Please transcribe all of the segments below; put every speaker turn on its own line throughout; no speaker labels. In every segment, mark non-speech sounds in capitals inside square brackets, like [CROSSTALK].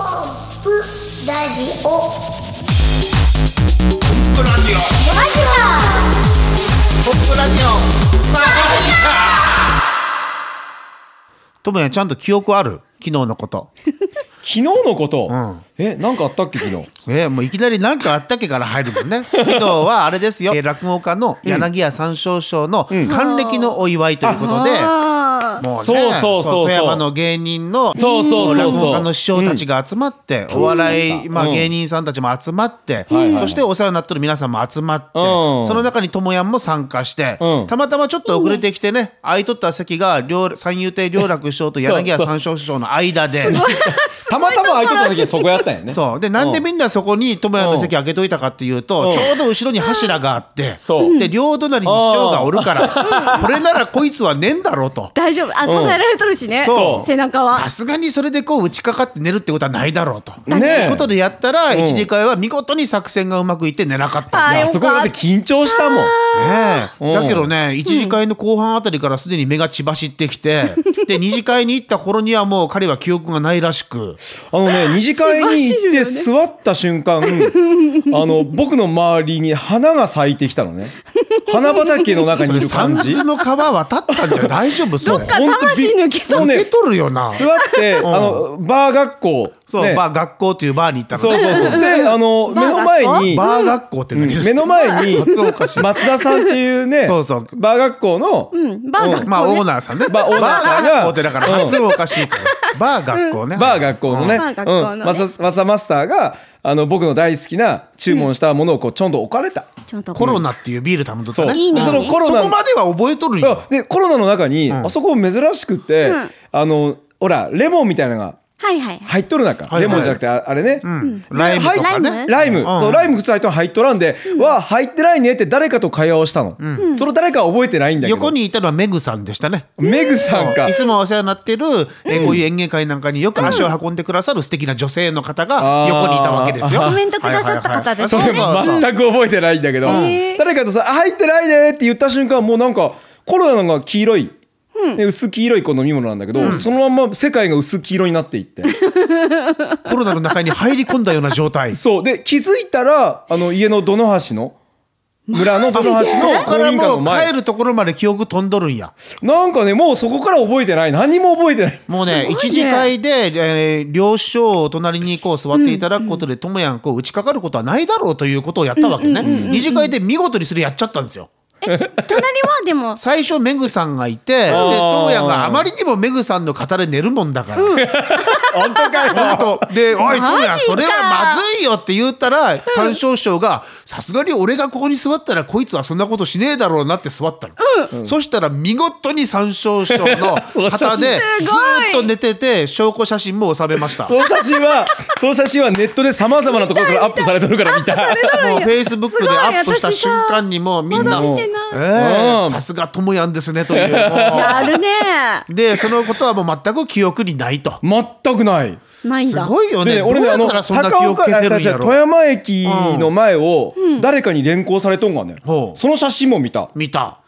プラジ
ポッ
オ
プラジオ
ラジ
ポップラジオ
ともやんちゃんと記憶ある昨日のこと。
昨日のこと、
うん
えなんかあったっけ昨日
えーもういきなり何かあったっけから入るもんね。 [LAUGHS] 昨日はあれですよ。えー落語家の柳家三少賞の還暦のお祝いということで。も
そうそうそうそう
富山の芸人の
そうそうそう
落
そう
語家の師匠たちが集まって、お笑い、まあ、
うん
芸人さんたちも集まって、
いはいはい
そしてお世話になってる皆さんも集まって、
うん
その中にともやんも参加して、
うん
たまたまちょっと遅れてきてね空いとった席が両三遊亭両楽師匠と柳家三少師匠の間で。
たまたま空いてた時はそこやったんやね
そうでなんでみんなそこに智也の席開けといたかっていうと、
うん
ちょうど後ろに柱があって、
そう
で両隣に師匠がおるから、これならこいつはねえんだろうと。
大丈夫あ支えられとるし
[LAUGHS]
ね、
そう
背中は
さすがにそれでこう打ちかかって寝るってことはないだろうと。
ねえ
ということでやったら
ん
一次会は見事に作戦がうまくいって寝なかったんだ
いや
よ。
そこだって緊張したもん
ね
う
え
ん
だけどね一次会の後半あたりからすでに目が血走ってき
[LAUGHS]
て、で二次会に行った頃にはもう彼は記憶がないらしく。
あの
[LAUGHS]
ね二次会に行って
血
座った瞬間、あの僕の周りに花が咲いてきたのね花畑の中にいる
三
感じ
途の川渡ったんじゃ大丈夫それ
かほんとび
魂抜けと
もう
受け
ね
取るよな。
座って、あのバー学校
そう、
ね
まあ学校というバーに行ったの
そう
ね。
そうそうであの目の前に
バー学校って
う
何
ん目の前に
発音おかしい
松田さんっていうね
そうそう
バー学校の、
うんバー学校ね
まあオーナーさんね。
バーオーナーさんが
バ学校ってだから
うん
発音おかしいから。バー学校ね。
バー学校のね、
バー学校の
うん
ね
マサマサマスターがあの僕の大好きな注文したものをこうちょんと置かれた。
ちょっと
コロナっていうビール頼むとった
そう。
ね。
いいね
でそのコロ
そ
ナ
こまでは覚えとるよ。
でコロナの中に、
ん
あそこ珍しくて、
うん
あのほらレモンみたいなのが
はいはい
入っとる中、
はいはい
レモンじゃなくてああれね、
うん。ライムとかね。
ライム、
うん
そうライム普通入っとるの入っとらんで、わあ入ってないねって誰かと会話をしたの、その誰かは覚えてないんだけど
横にいたのはメグさんでしたね。
メグさんか
いつもお世話になってる、えーこういう演芸会なんかによく足を運んでくださる素敵な女性の方が横にいたわけですよ。
あー
コメントくださった方で
ですす
ね
ね。そ
それ
うそうそう
[LAUGHS] 全く覚えてないんだけど、
へー
誰かとさ「あ入ってないね」って言った瞬間もうなんかコロナが黄色い、ね薄黄色いこの飲み物なんだけど、そのまんま世界が薄黄色になっていって
コロナの中に入り込んだような状態。
そうで気づいたらあの家のどの端の村のどの端
そ
の
こか
公
ら
民館
も
の
う帰
前
るところまで記憶飛んどるんや。
なんかねもうそこから覚えてない何も覚えてない
もうね
すごいね
一次会で、えー、両師匠を隣にこう座っていただくことで、ともやんこう打ちかかることはないだろうということをやったわけね、二次会で見事にそれやっちゃったんですよ
隣はでも
最初メグさんがいてでと
あー
もやんがあまりにもメグさんの肩で寝るもんだから、
本当か
[LAUGHS]
よ
本当で「おい
マジ
ともや
か
んそれはまずいよ」って言ったら三少将が「さすがに俺がここに座ったらこいつはそんなことしねえだろうな」って座ったの、そしたら見事に三少将の
その写真
肩でずー
すごい
っと寝てて証拠写真も収めました
その写真はその写真はネットでさまざまなところからアップされてるから見た
もうフェイスブックでアップした瞬間にもうみんな
まだ見てない
「え
う
え
ん
さすがともやんですね」というも
やるね
うでそのことはもう全く記憶にないと
全くない
ないん
す
だ
ごいよね
で
どう
俺ね
や
あ
っ
の
たらそんな記
高
憶
岡
消せるん
じゃ
や
あ
ろ
富
う
山駅の前を誰かに連行されとんがね、
ほう
その写真も
[LAUGHS]
見た、
見た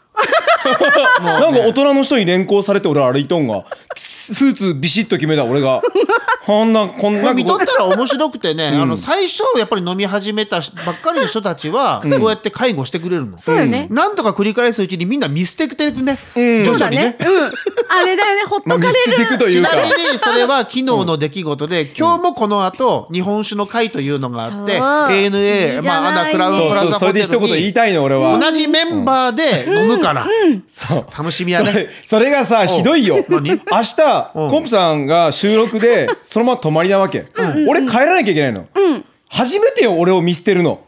なんか大人の人に連行されて俺歩いとんがススーツビシッと決めた俺が
[LAUGHS]
こんなこん
これ
な
見とったら面白くてね、あの最初やっぱり飲み始めたばっかりの人たちはそうやって介護してくれるの、
そうよね、
何度か繰り返すうちにみんな見捨てていくね、徐
そう
々
だ
にね
ねうんあれだよねほっと
まあ
かれ
見
る
捨てていくとい
ち
う
な
か
みにそれは昨日の出来事で、今日もこの後日本酒の会というのがあって
そう
ANA
いいじゃ
まあ
ない
アナクラウン
そう
プラ
そう
ザ
そ
ホ
れ
テ
で一
ル
言言い
に
たいの俺は、
同じメンバーで飲むから、
そう
楽しみや
そ
ね
れそれがさ
ん
ひどいよ明
何
日コンプさんが収録でそのまま泊まりなわけ俺帰らなきゃいけないの、初めてよ俺を見捨て
[LAUGHS]
るの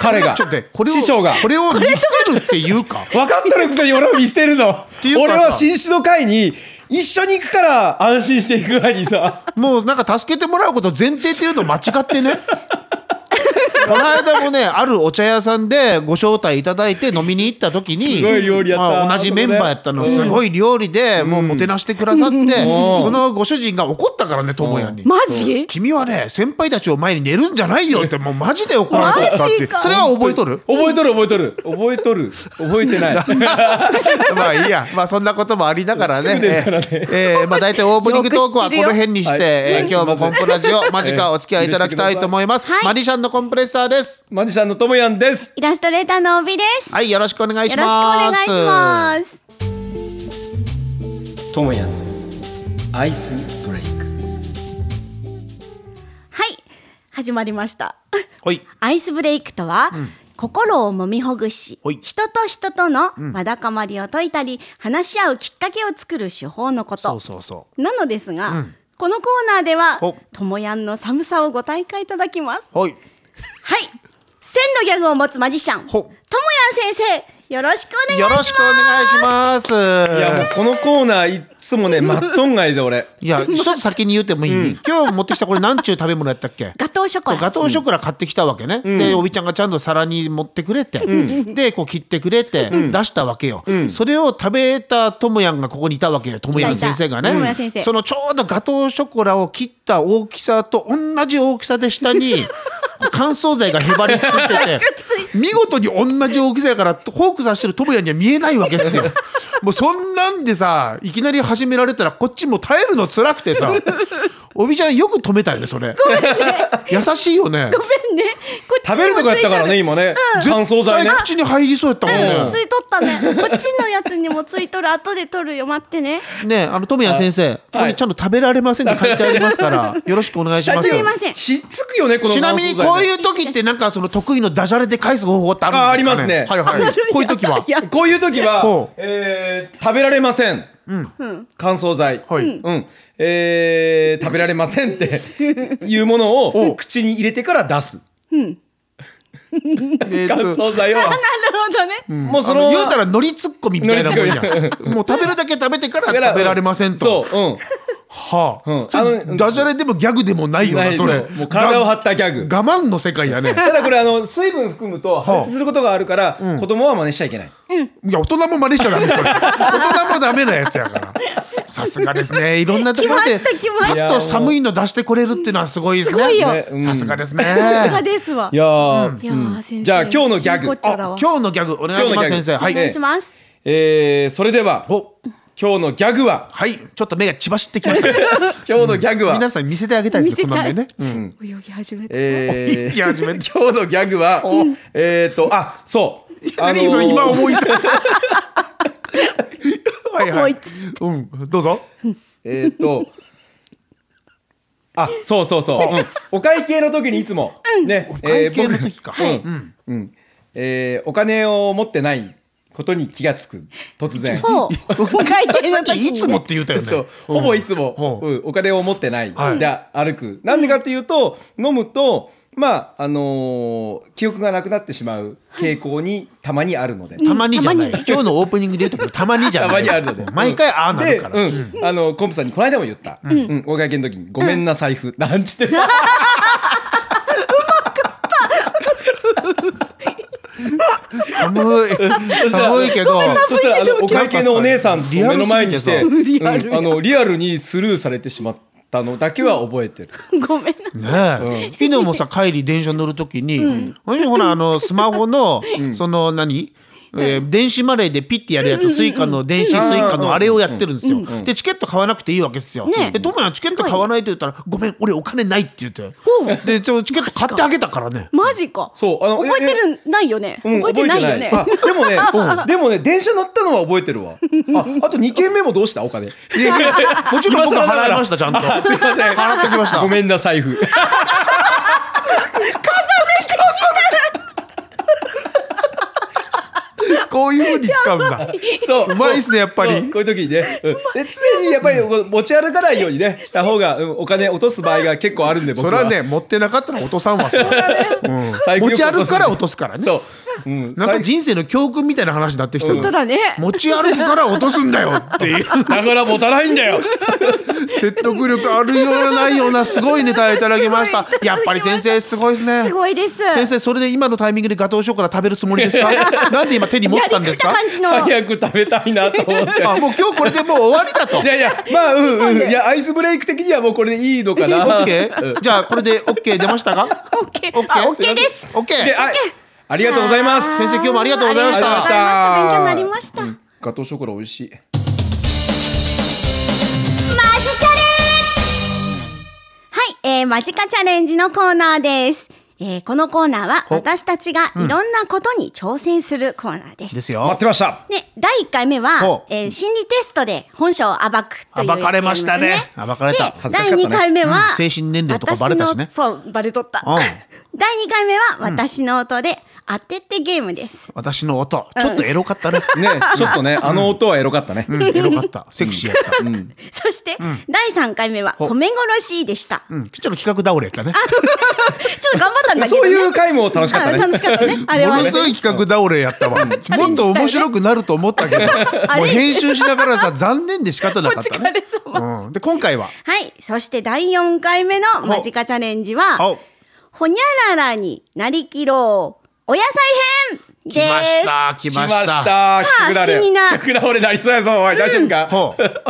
彼が
ちょっと待ってこれを
師匠が
これを見捨てるっていう
[LAUGHS]
か
分かってるくせに俺を見捨てるの
ていうかさ
俺は新種の会に一緒に行くから安心して行くぐらいにさ
もうなんか助けてもらうこと前提っていうの間違ってね [LAUGHS] この間もねあるお茶屋さんでご招待いただいて飲みに行った時に
すごい料理やった
まあ、同じメンバーやったの
うん
すごい料理で、もうもてなしてくださって、そのご主人が怒ったからね智也に。
マジ
君はね先輩たちを前に寝るんじゃないよってもうマジで怒られたってい
マジ
う
か
それは覚えとる
覚えとる覚えとる覚えとる覚え
[LAUGHS]
てない
まあいいやまあそんなこともありながらね
すぐですからね
えーえーまあ大体オープニングトークはこの辺にして、
よく知ってるよ
えー今日もコンプラジオ間近お付き合いいただきたいと思います、
はい
マジシャンのコンプレッサーです
マジシャンのともやんです
イラストレーターの帯です。
はい、よろしくお願いし
よろしくお
ま
願
す。
いします。
ともやんアイスブレイク
はい、始まりました。
はい、
アイスブレイクとは、心をもみほぐし
ほい
人と人とのわだかまりを解いたり、話し合うきっかけを作る手法のこと
そうそうそ
なのですが、このコーナーでは
ほ
ともやんの寒さをご体感いただきます
う。はい、
はい千のギャグを持つマジシャンと
ほ
もやん先生よろしくお願いし
よ
ま
ろ
す
しくお願いします。
いやもうこのコーナーいっつもねマットンがいで俺
いや、一つ先に言ってもいい、今日持ってきたこれなんちゅう食べ物やったっけ
ガトーショコ
そう
ラ
ガトーショコラ買ってきたわけね、でおびちゃんがちゃんと皿に持ってくれて、でこう切ってくれて、出したわけよ、それを食べたともやんがここにいたわけよともやん先生がね、
いたいた智也先生
そのちょうどガトーショコラを切った大きさと同じ大きさで下に乾燥剤がへばりついてて見事に同じ大きさやからフォーク刺してるともやんには見えないわけですよ。もうそんなんでさいきなり始められたらこっちも耐えるの辛くてさおびちゃんよく止めたよねそれ。優しいよね。
ごめんねこっち
食べるとこやったからね今ね乾燥剤ね
絶対口に入りそうやったもん
うんつ
ね。
いとったねこっちのやつにもついとる後で取るよ待ってね
ねえあの、トムヤ先生、これちゃんと食べられませんって書いてありますから、よろしくお願いします。
すいません
しっつくよねこの
ち
乾燥
な
剤
みに、こういう時って、なんかその得意のダジャレで返す方法ってあるんですか、ね。
ああり
はい
[LAUGHS]
はい。こういう時は。
や
こういう時は
ほう、
えー食べられません。乾燥剤、
はい
うんえー食べられませんって
[LAUGHS]
いうものを口に入れてから出す
え
乾
ーっと。
燥剤を
なるほどね、
もうそ
あの
の
言うたらノリツッコミみたいなもんや
ノリツッ
もう食べるだけ食べてから
だから
食べられませんと
そう、うん
はあ、
うん
それ
あの
ダジャレでもギャグでもないよ
な
ないそれ
そうもう体を張ったギャグ
我慢の世界やね
ただこれあの水分含むと破裂することがあるから、子供は真似しちゃいけない、
いや大人も真似しちゃダメそれ大人もダメなやつやからさすがですねいろんなところで
来ました来ました
パスと寒いの出してこれるっていうのはすごいですね
すごいよ
ねうん
さすがですね
さすがですわ
いやー、
いやー先生
じゃあ今日のギャグ
真骨頂だ
あ
わ
今日のギャグお願いします
今日のギャグ
先生は
お願い
い
します、
えーそれでは
お
今日のギャグは
はいちょっと目が血走ってきましたね
今日のギャグは、
皆さんに見せてあげたいですね
見
こ
せ
の
たい
目ね
泳ぎ始めた、
えー
いき始めて
今日のギャ
[LAUGHS]
グは、えっ、ー、と、あ、そう。あ
何それ今思い出 [LAUGHS] はい
思
はいいうんどうぞ
えっ、ー、と。あ、そうそうそう、うんお会計の時にいつも、ね、
お会計の時か
えー僕
は
うん、うん、えーお金を持ってないことに気がつく、突然。
ほうお会計
さ
の
っき
時
いつもって言ったよね
そう、ほぼいつも、
う
うんお金を持ってない、
はい
で歩く。なんでかっていうと、飲むと。まああのー記憶がなくなってしまう傾向にたまにあるので、
たまにじゃない
たまに
今日のオープニングで言うとこたまにじゃない
[LAUGHS] たまにあるので
毎回ああな
で、
るから
うん、あのコンプさんにこの間も言った、うん、お会計の時にごめんな財布、なんちってさ、
寒い寒いけど
そしたらあのお会計のお姉さんと
リア
目
ル
の
すぎ
前に
て
し
さ
て、
リアルや
うんあのリアルにスルーされてしまったのだけは覚えてる。
ごめんな
ねえ昨日もさ帰り電車乗るときに私ほらあのスマホのその何えー電子マネーでピッてやるやつスイカの電子スイカのあれをやってるんですよでチケット買わなくていいわけですよ
ねえ
でトモヤチケット買わないと言ったら「ごめん俺お金ない」って言ってでちょチケット買ってあげたからね
マジか
そうあの
覚えてるないよね、
うん
覚えてないよね
覚えてないあ
[LAUGHS]
でもね、でもね電車乗ったのは覚えてるわ。ああと二件目もどうしたお金。
もちろん僕
今更なが
払い
ら
ましたちゃんと
あ [LAUGHS] すいません。
払ってきました
ごめんな財
[LAUGHS]
布。
こういうふうに使うんだ
そう
うまいっすねやっぱり
そうこういう時にね、うんで常にやっぱりこう持ち歩かないようにねした方がうんお金落とす場合が結構あるんで僕
そ
は [LAUGHS]
れはね持ってなかったら落とさんわそれ
財布
持
よく
ち
落
歩く
とす
から落とすからね
そううん
なんか人生の教訓みたいな話になってきた
う
よ
ん
当だね
持ち歩くから落とすんだよっていう
だから持たないんだよ
説得力あるようなないようなすごいネタいただきま
[LAUGHS]
したやっぱり先生すごいですね
すごいです
先生それで今のタイミングでガトーショコラ食べるつもりですかなんで今手に持ったんですか
やりきった感じの
早く食べたいなと思
[LAUGHS]
って
あもう今日これでもう終わりだ
[LAUGHS]
と
いやいやまあうんうんいやアイスブレイク的にはもうこれでいいのかな
OK じゃあこれで OK 出ましたか
OK [LAUGHS] あ OK です
OK
であありがとうございます
先生今日もありがとうございました
ありがとうございました勉強になりました、
ガトーショコラ美味しい
はい、えー、マジカチャレンジのコーナーです。えー、このコーナーは
ほ
私たちがいろんなことに挑戦するコーナーです。
です
待っ
よ
てました
で第1回目は
ほ、
えー心理テストで本性を暴くというやつ
暴かれましたね
やりす
暴かれた
で
恥ずかし
第
かったね
2回目は、
うん精神年齢とかバレたしね
私のそうバレとった、
うん
[LAUGHS] 第2回目は私の音で当てってゲームです [LAUGHS]
私の音ちょっとエロかったね、
ねちょっとねあの音はエロかったね
うん、エロかったセクシーやった、うん
そして、第3回目は
ほ
米殺しでした [LAUGHS]
ちょっと企画倒れやったね
ちょっと頑張ったんだけど、
そ
ね、
ういう回も楽しかった
[LAUGHS] あ
ね
楽しかっ
[LAUGHS]
たねあれ
も
はね
のすごい企画倒れやったわもっ
チャレンジした
と
よね
面白くなると思ったけど
あれ
もう編集しながらさ残念で仕方なかったねうん、で今回は
はい。そして第4回目のマジカチャレンジは
お、
ほにゃららになりきろう、お野菜編です。
来ました来
来
ま
ま
した
した
あ
キクラレ
死にな
キクラ俺なりそうやぞおい大丈夫か
ほう
変わ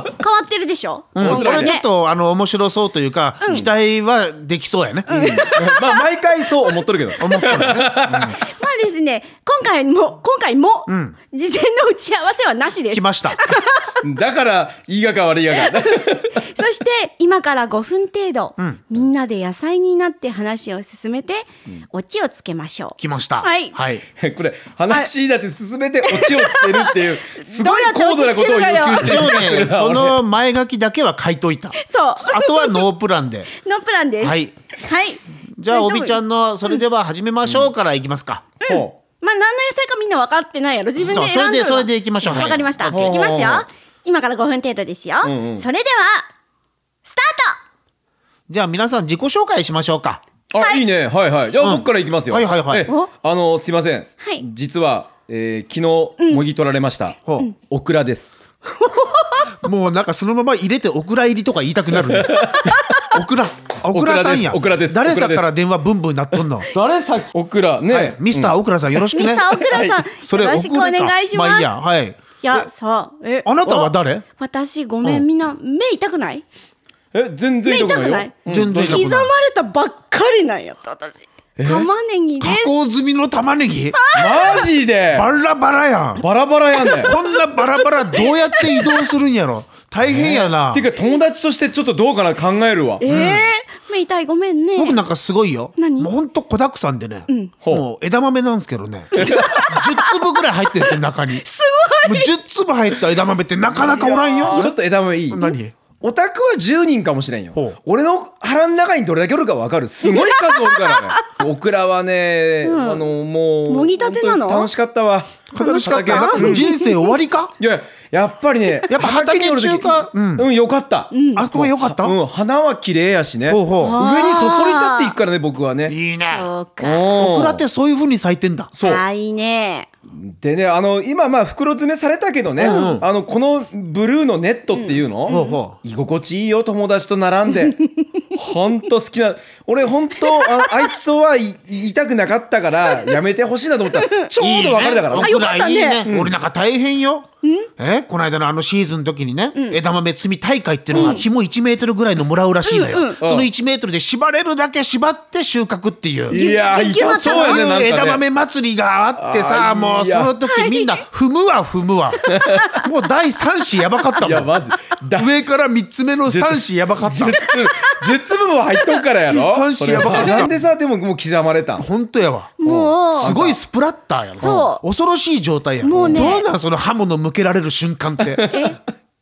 ってるでしょ、う
うんこれちょっとあの面白そうというか、期待はできそうやね、
まあ毎回そう思っとるけど
思ったのね
まあですね、今回も、今回も、事前の打ち合わせはなしです
来。ました
だからいいがか悪いがか
そして、今から5分程度、みんなで野菜になって話を進めて、オチをつけましょう。
来ました
はい
はい、
[LAUGHS] これ話だって進めてオチをつけるっていうすごい高度なことを要求して
一
る
応ねその前書きだけは書いといた
そう。
あとはノープランで
のプランです。
はい。
はい。
じゃあおびちゃ
ん。
んのそれでは始めましょうからいきますか、
ほ
まあ、何の野菜かみんな分かってないやろ。自分
そう
で
そ
選
れ
んで
でそれでいきましょう
わかりました。い
はい
オッケー
きますよ
ほうほうほう。
今から5分程度ですよ。
んうん
それでは、スタ
じゃあ皆さん自己紹介しましょうか
うあいいねはいはいじゃあ僕からいきますよ
はいはいはい
え
お
あのすいません
はい
実はえー昨日もぎ取られました
ほううん
オクラです
もうなんかそのまま入れてオクラ入りとか言いたくなる [LAUGHS] ねオクラオクラさんや
オクラですオク
誰
ラです
さから電話ブンブンなっとんの、
誰さっきオクラ
はい
ね、
ミスターオクラさんよろし
ー
く
ト
ね
ミスターオクラさん、
それ
よろしくお
遅れた
願いし
ま
ま
あい
す。
いや
い
はい
や、さあ、え、
あなたは誰
お私、ごめん、みんな、目痛くない
え全然
目
痛
痛
くな
く
いよ
ない
全然痛
刻
く
ま
な
れ
い
たばっかりなんやった、私。玉ねぎで
加
す。
工済みの玉ねぎ
マジで
バラバラやん
バラバラやねん
こんなバラバラどうやって移動するんやろ大変やな
ていうか友達としてちょっとどうかな考えるわ
えー、目痛い、ごめんね。
僕なんかすごいよ
何
もうほんと子だくさんでね、
ほう
もう枝豆なんですけどね10粒ぐらい入ってるんですよ中に
す
もう10粒入った枝豆ってなかなかおらんよ
ちょっと枝豆いい
何
オタクは10人かもしれんよ
ほう
俺の腹の中にどれだけおるか分かるすごい数おるからね [LAUGHS] オクラはね、あのもう
もぎたてなの
本当に楽しかったわ
楽しかったな
畑
もう人生終わりか、
いややっぱりね
やっぱ
畑におる時
畑中華うん
うん、よかった、うん
あそこはよかった、
花は綺麗やしね
ほうほう
上にそそり立っていくからね僕はね
いい
ごい。
ね
そうか。
オ
オクラってそういう風に咲いてんだ
そう
あ、いいね。
でねあの今まあ袋詰めされたけどね、あのこのブルーのネットっていうの、
ほうほ
居心地いいよ友達と並
[LAUGHS]
んでほんと好きな俺ほんとああいつとはい言いたくなかったからやめてほしいなと思ったらちょうど別れだから
いい
あ
ね
よかったね
オクラいい俺なんか大変よ。えこの間のあのシーズンの時にね、枝豆摘み大会っていうのが紐1メートルぐらいのもらうらしいのよ、
うんうん
その1メートルで縛れるだけ縛って収穫っていう。
いや
ぎゅぎゅぎゅ
痛そうやねなんかね
枝豆祭りがあってさ
あー
もう
いいや
その時みんな踏むわ踏
[LAUGHS]
むわもう第3子やばかった
いや
もん
まずだ
上から3つ目の3子やばかった
10粒10粒も入っとくからやろ
三子やばかった
なんでさでももう刻まれたん
本当やわ
もう、
すごいスプラッターやろ
そう
恐ろしい状態やろ
もうね
どうなんその刃物向けられる瞬間って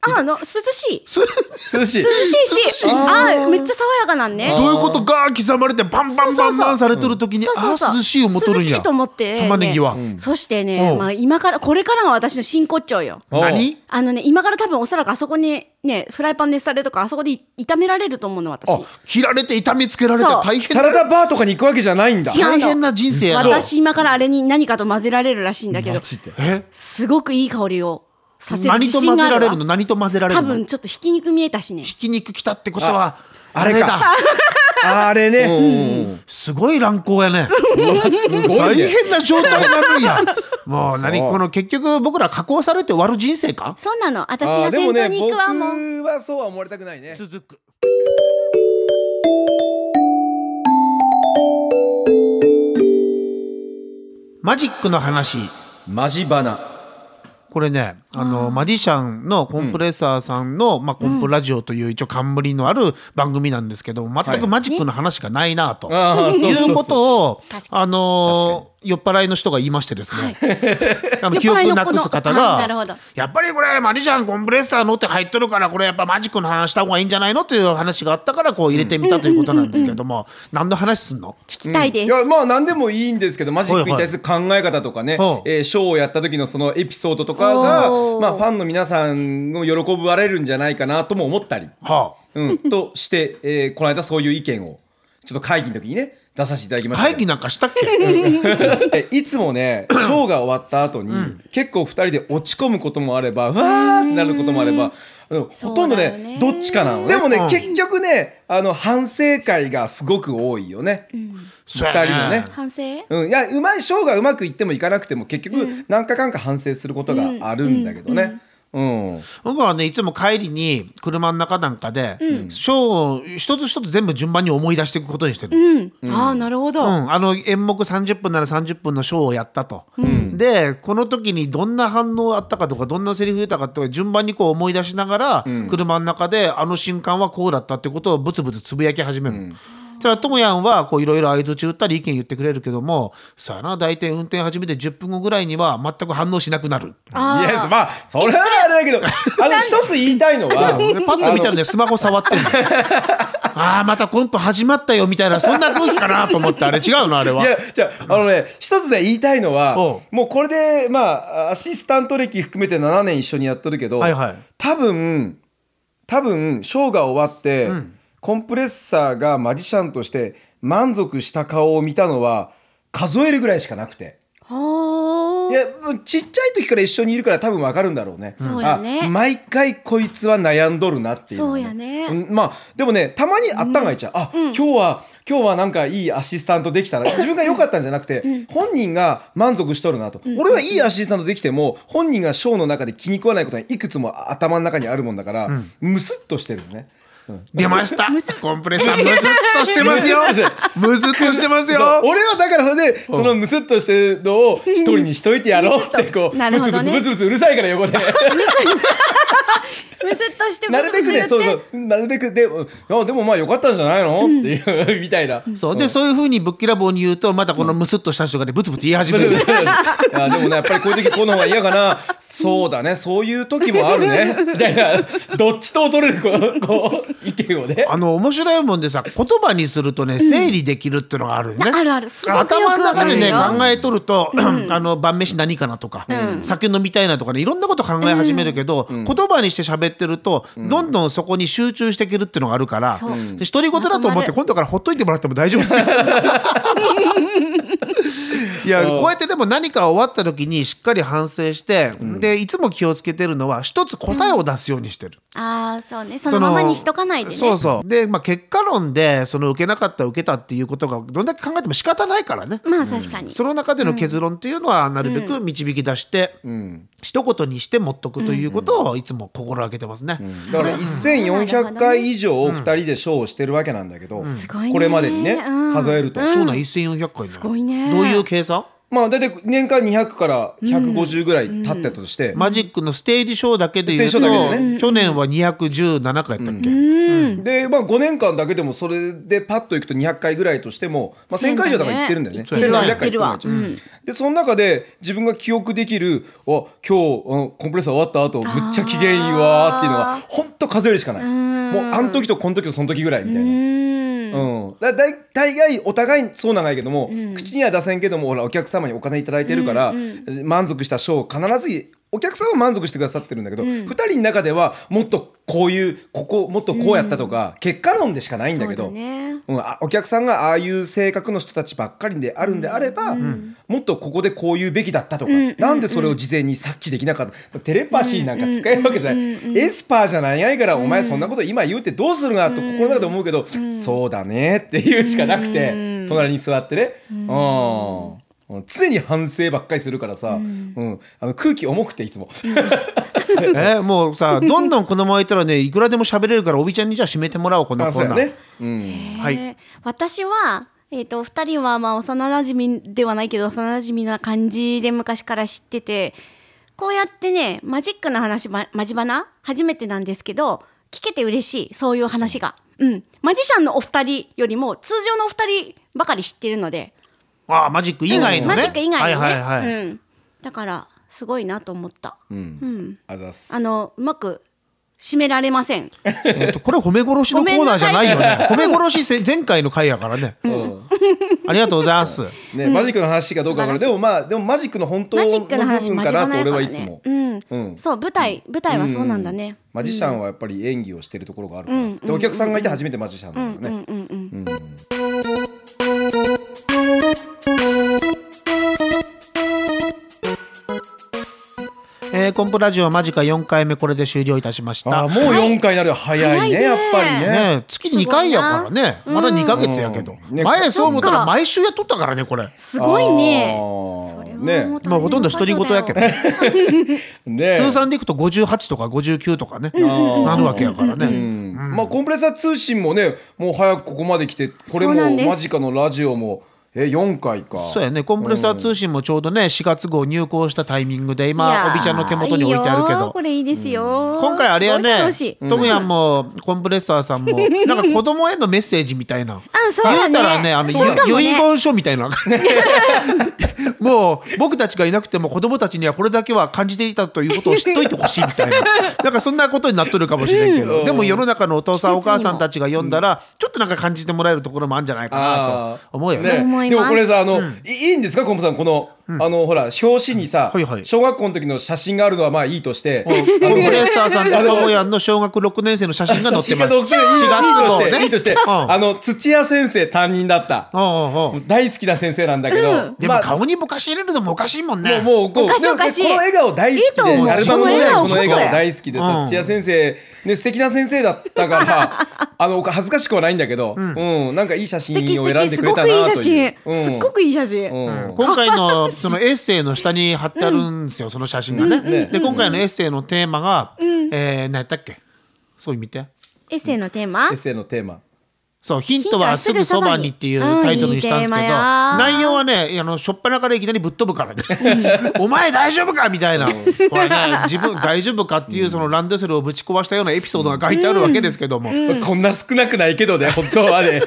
ああの涼しい。
す
涼しい
涼しいし、ああめっちゃ爽やかなんね。
どういうことが刻まれてバンバンバンバンされてる時に
そうそうそう
ああ涼しい思っとるん
涼し
や
いと思って、
玉ねぎは、
ねそしてね、
うん
まあ今からこれからが私の真骨頂よ。
おう
何
あのね今から多分おそらくあそこにねフライパン熱されるとかあそこでい炒められると思うの私。
あ切られて痛めつけられて
そう
大変
サラ
な
ダバーとかに行くわけじゃないんだ
違うの
大変な人生やな
私今からあれに何かと混ぜられるらしいんだけど、
で
え
すごくいい香りをさせる
何
自
と
信
混ぜ
があ
ら
る
れ
わ
るの何と混ぜられ
多
るの
分
ひ
ちょっとひき肉見えたしね。
き肉きたってことは
ああれか
だ
ああれね、
すごい乱行や
[LAUGHS]
ね
うわすご
大
いね
変な状態になるん
[LAUGHS]
やもう何この結局僕ら加工されて終わる人生か
そうなの私
あー
が
で
先
もね
頭に行
僕
くわもん。
はそうは思われたくないね
続くマジックの話
マジバナ
これねあのマジシャンのコンプレッサーさんの、まあ、コンプラジオという一応冠のある番組なんですけど全くマジックの話がないなと。
ああ
いうことを
確、か
あのー酔っ払いの人が言いましてですね、 [LAUGHS] あの記
酔っ払い
憶
の
なくす方
あなるほ
が
ど、
やっぱりこれ、マリちゃんコンプレッサーのって入っとるから、これやっぱマジックの話した方がいいんじゃないのという話があったから、こう入れてみたという [LAUGHS] ことなんですけれども、何の話すんの
聞きたいです。
いやまあ何でもいいんですけどマジックに対する考え方とかね、
はいはい
えーショーをやった時のそのエピソードとかが、
おー
まあ、ファンの皆さんを喜ばれるんじゃないかなとも思ったり、
は
うん、として、えーこの間そういう意見をちょっと会議の時にね出させていただき
あ、
ました
会
け
議
ど
なんかしたっけ
[LAUGHS] えいつもねショーが終わった後に、結構2人で落ち込むこともあればわーってなることもあればあのほとんどね
そうだよね
どっちかなのねでもね、
うん
結局ねあの反省会がすごく多いよね、
そうや
二人のね
反省？
うん、いやうまいショーがうまくいってもいかなくても結局何回かんか反省することがあるんだけどね。うん、
僕はねいつも帰りに車の中なんかで、ショーを一つ一つ全部順番に思い出していくことにしてる、
うん。ああなるほど。
うん、あの演目30分なら30分のショーをやったと、でこの時にどんな反応あったかとかどんなセリフ言ったかとか順番にこう思い出しながら、車の中であの瞬間はこうだったってことをブツブツつぶやき始める。ただともやんはこういろいろ相槌打ったり意見言ってくれるけどもさあな大体運転始めて10分後ぐらいには全く反応しなくなる
あ
い
ー
やまあそれはあれだけどあの一つ言いたいのは
でパッと見たらねスマホ触ってるのああまたコンプ始まったよみたいなそんな空気かなと思ってあれ違うのあれ
い
は
やじゃああのね一つで言いたいのは
おう
もうこれでまあアシスタント歴含めて7年一緒にやっとるけど、
はいはい
多分多分ショーが終わって、コンプレッサーがマジシャンとして満足した顔を見たのは数えるぐらいしかなくて。
ほ
い
ー
やもうちっちゃい時から一緒にいるから多分わかるんだろうね。
そうやね
あ毎回こいつは悩んどるなっていうのは、
そうやね
んまあでもねたまにあったんがいちゃう。あ、今日は今日はなんかいいアシスタントできたな。自分が良かったんじゃなくて、本人が満足しとるなと。俺はいいアシスタントできても本人がショーの中で気に食わないことがいくつも頭の中にあるもんだから、ムスッとしてるのね。
出ました。コンプレッサーむずっとして [LAUGHS] ますよ。むずっとしてます [LAUGHS] よ。
俺はだからそれでそのムスッとしてるのを一人にしといてやろうってこう
なるほどね
ブツブツブツブツうるさいから横で。
むすっとしてむ
[LAUGHS] な
す
る
っと
べく
言
ね、
っ
そう
て。
そう、なるべくで、うんあ、でもまあ良かったんじゃないの、っていう、 [LAUGHS] みたいな。
そうでそういう風にぶっきらぼうに言うとまたこのむすっとした人がねブツブツ言い始め [LAUGHS] る。
[LAUGHS] いやでもね、やっぱりこういう時、こうの方が嫌かな。そうだね、そういう時もある [LAUGHS] ね、みたいな。どっちと取れる、こう、こう、意見をね。
あの面白いもんでさ言葉にするとね整理できるっていうのがあるね。
あるあるすごくよく
頭の中でね
わかるよ
考えとると [CLEARS THROAT] あの晩飯何かなとか酒飲みたいなとかねいろんなこと考え始めるけど言葉にして喋ってるとどんどんそこに集中していけるっていうのがあるから
そううん
で独り言だと思って
まとまる
今度からほっといてもらっても大丈夫
[LAUGHS]
ですよ。いやこうやってでも何か終わった時にしっかり反省して、でいつも気をつけてるのは一つ答えを出すようにしてる、
ああそうねそのままにしとかないでね。
そうそうで、まあ、結果論でその受けなかった受けたっていうことがどんだけ考えても仕方ないからね、
まあ確かに。
その中での結論っていうのはなるべく導き出して、
ん
一言にして持っとくということをいつも心がけてますね。
だから1400回以上二人でショーをしてるわけなんだけど、
すごいね
これまでにね
うん
数えると、
そうなん1400回
すごいね
どういう計算
まあ大体年間200から150ぐらい経ってたとして、
マジックのステージショーだけで言う
ステ
と、
ージショーだけで
去年は217回やったっけ、
うん。
で、まあ、5年間だけでもそれでパッといくと200回ぐらいとしても、まあ、1000回以上だから行ってるんだよね
行ってるわ
1700回行ってる
行ってるわ
んだよでその中で自分が記憶できる「あ今日あのコンプレッサー終わった後めっちゃ機嫌いいわ」っていうの
あ
はほんと数よりしかない
ん
もうあの時とこの時とその時ぐらいみたいな。
うん。
うん、だだい大概お互いそうなんやけども、口には出せんけどもほらお客様にお金いただいてるから、満足した賞を必ずお客様は満足してくださってるんだけど、二人の中ではもっとこういうここもっとこうやったとか、結果論でしかないんだけど
そうだね
うん、あお客さんがああいう性格の人たちばっかりであるんであれば、もっとここでこういうべきだったとか、なんでそれを事前に察知できなかったテレパシーなんか使えるわけじゃない、エスパーじゃないやいから、お前そんなこと今言うってどうするがと心の中で思うけど、そうだねっていうしかなくて、隣に座ってね、うん常に反省ばっかりするからさ、うんあの空気重くていつも。 [LAUGHS]
えーもうさどんどんこのままいったらねいくらでも喋れるからおびちゃんにじゃあ締めてもらおうこの
あ
コ
そう
ー
や
ナー、
ねうん
えー
はい
私は、えー、と2人はまあ幼馴染ではないけど幼馴染な感じで昔から知っててこうやってねマジックの話まマジバナ初めてなんですけど聞けて嬉しいそういう話が、うん、マジシャンのお二人よりも通常のお二人ばかり知ってるので、
あーマジック以外のね、
マジック以外のね、
はいはいはい、
うん、だからすごいなと思った、うん、
あざっす
あのうまく締められません
えーとこれ褒め殺しのコーナーじゃないよね褒め殺しせ前回の回やからね
うん
ありがとうございます
ね、マジックの話かどうかわからないでもまあでもマジックの本当の
マ
部
ジックの話
分
マ
か
ジ
な
バ
と
ナや
俺
か
はい
ら
つ
ね
も、
うん、
うん
そう舞台舞台はそうなんだね、
マジシャンはやっぱり演技をしてるところがあるから、でお客さんがいて初めてマジシャンなんだよね、
えーコンプラジオ間近4回目これで終了いたしまし
あ
た
ー
ね
もう四回になるよ早いね
早いね
やっぱりね
え月2回やからねまだ2ヶ月やけど、
うんね
前そう思った
そっ
ら
か
毎週やっとったからねこれ
すごいね
あー
それは
ね
もう大変な作業だよ
まあほとんど独り言やけど
ね
通算でいくと58とか59とかね
ん
なるわけやからね、
うんまあコンプレッサー通信もねもう早くここまで来てこれも
そうなんです
マジカのラジオもえ四回か
そうやねコンプレッサー通信もちょうどね4月号入稿したタイミングで今おびちゃんの手元に置いてあるけ
いいよ
ど
これいいですよ、
今回あれや
すごい
ね
楽しい
トムヤンもコンプレッサーさ
[LAUGHS]
んもなんか子供へのメッセージみたいな
あそうだね
言うたらねあの
そうかもね
ゆ遺言書みたいな [LAUGHS] もう僕たちがいなくても子供たちにはこれだけは感じていたということを知っといてほしいみたいな
[LAUGHS]
なんかそんなことになっとるかもしれんけどでも世の中のお父さんお母さんたちが読んだらちょっとなんか感じてもらえるところもあるんじゃないかなと思うよ
そう
ね。
思います
でもこれさあの、いいいんですかコンプさんこの、あのほら表紙にさ、
はいはい
小学校の時の写真があるのはまあいいとして、
コンプレッサーさんとトモヤンの小学6年生の写真が載ってます。
写真が
4月号
載ってるいいとして、いいとし
う
て、
ん
あの土屋先生担任だった、
おうおうおう
大好きな先生なんだけど、
で
ま
も
あ
顔にぼかし入れるのもおかしいもんね。
もうこう
おかしい
でも
おかしい
この笑顔大好きで
いいと思う
アルバムの
この
中でこの笑
笑顔こそ
顔
や
大好きでさ、
うん
土屋先生ね素敵な先生だったから
[LAUGHS]
あの恥ずかしくはないんだけど、うん、なんかいい写
素
真
敵
を選
素
ん
敵
ですくれ
ご
た
くいい
なとい
写
う。
真、
うん
すっごくいい写真、
[LAUGHS]
うん
今回のそのエッセイの下に貼ってあるんですよ、その写真がね。
ね
で今回のエッセイのテーマが、えー何やったっけそう見て
エッセイのテー
エ
マ
ッセイのテーマ。
そうヒントはすぐそばにっていうタイトルにしたんですけど、
うんいいテーマや
内容はねあの初っ端からいきなりぶっ飛ぶからね「お前大丈夫か?」みたいなこれね自分大丈夫かっていうそのランドセルをぶち壊したようなエピソードが書いてあるわけですけども、
こんな少なくないけどね、本当はね。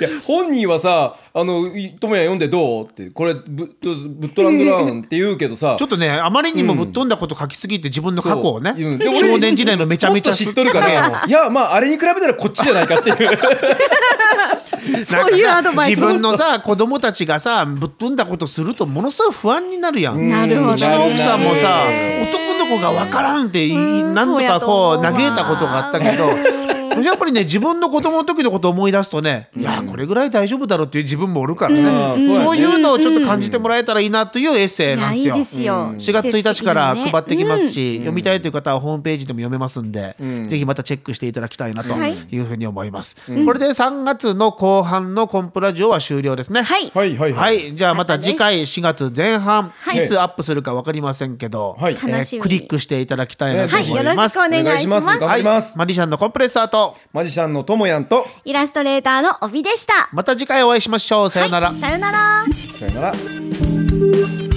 いや本人はさ、あの、い友也読んでどうって、これ、ぶぶぶっとランドランって言うけどさ、
ちょっとねあまりにもぶっ飛んだこと書きすぎて自分の過去をね、
そううんで俺
少年時代のめちゃめちゃ
もっと知っとるから、いや、まあ、あれに比べたらこっちじゃないかっていう。
そういうアドバイス
自分のさ子供たちがさぶっ飛んだことするとものすごい不安になるやん。う
なるほどね
ちの奥さんもさ
うん
男の子が分からんってい何
そう
と
や
か
と思う
こ
わ
う嘆いたことがあったけど [LAUGHS] やっぱりね自分の子供の時のことを思い出すとねいやこれぐらい大丈夫だろうっていう自分もおるから
うん
ね
うん
そういうのをちょっと感じてもらえたらいいなというエッセイ
い
な
や
んで
い
す
い
よ。
ですよ、
4月1日から配ってきます
季節的にね
し、読みたいという方はホームページでも読めますんで、ぜひまたチェックしていただきたいなと
はい
いうふうに思います、これで3月の後半のコンプラジオは終了ですね
はい
はいはい
は
はい。
いじゃあまた次回4月前半、
はい
い、つアップするか分かりませんけど、
はい
え
楽しみ
ークリックしていただきたいなと
は
思
い、
い
よろ
ま
し
す、
くお願いしま
お願いし
す
ます。
はいマリシャンのコンプレッサーと
マジシャンのともやんと、
イラストレーターの帯でした。
また次回お会いしましょうさようなら、
はいさよなら。
さよなら。
「 Thank you.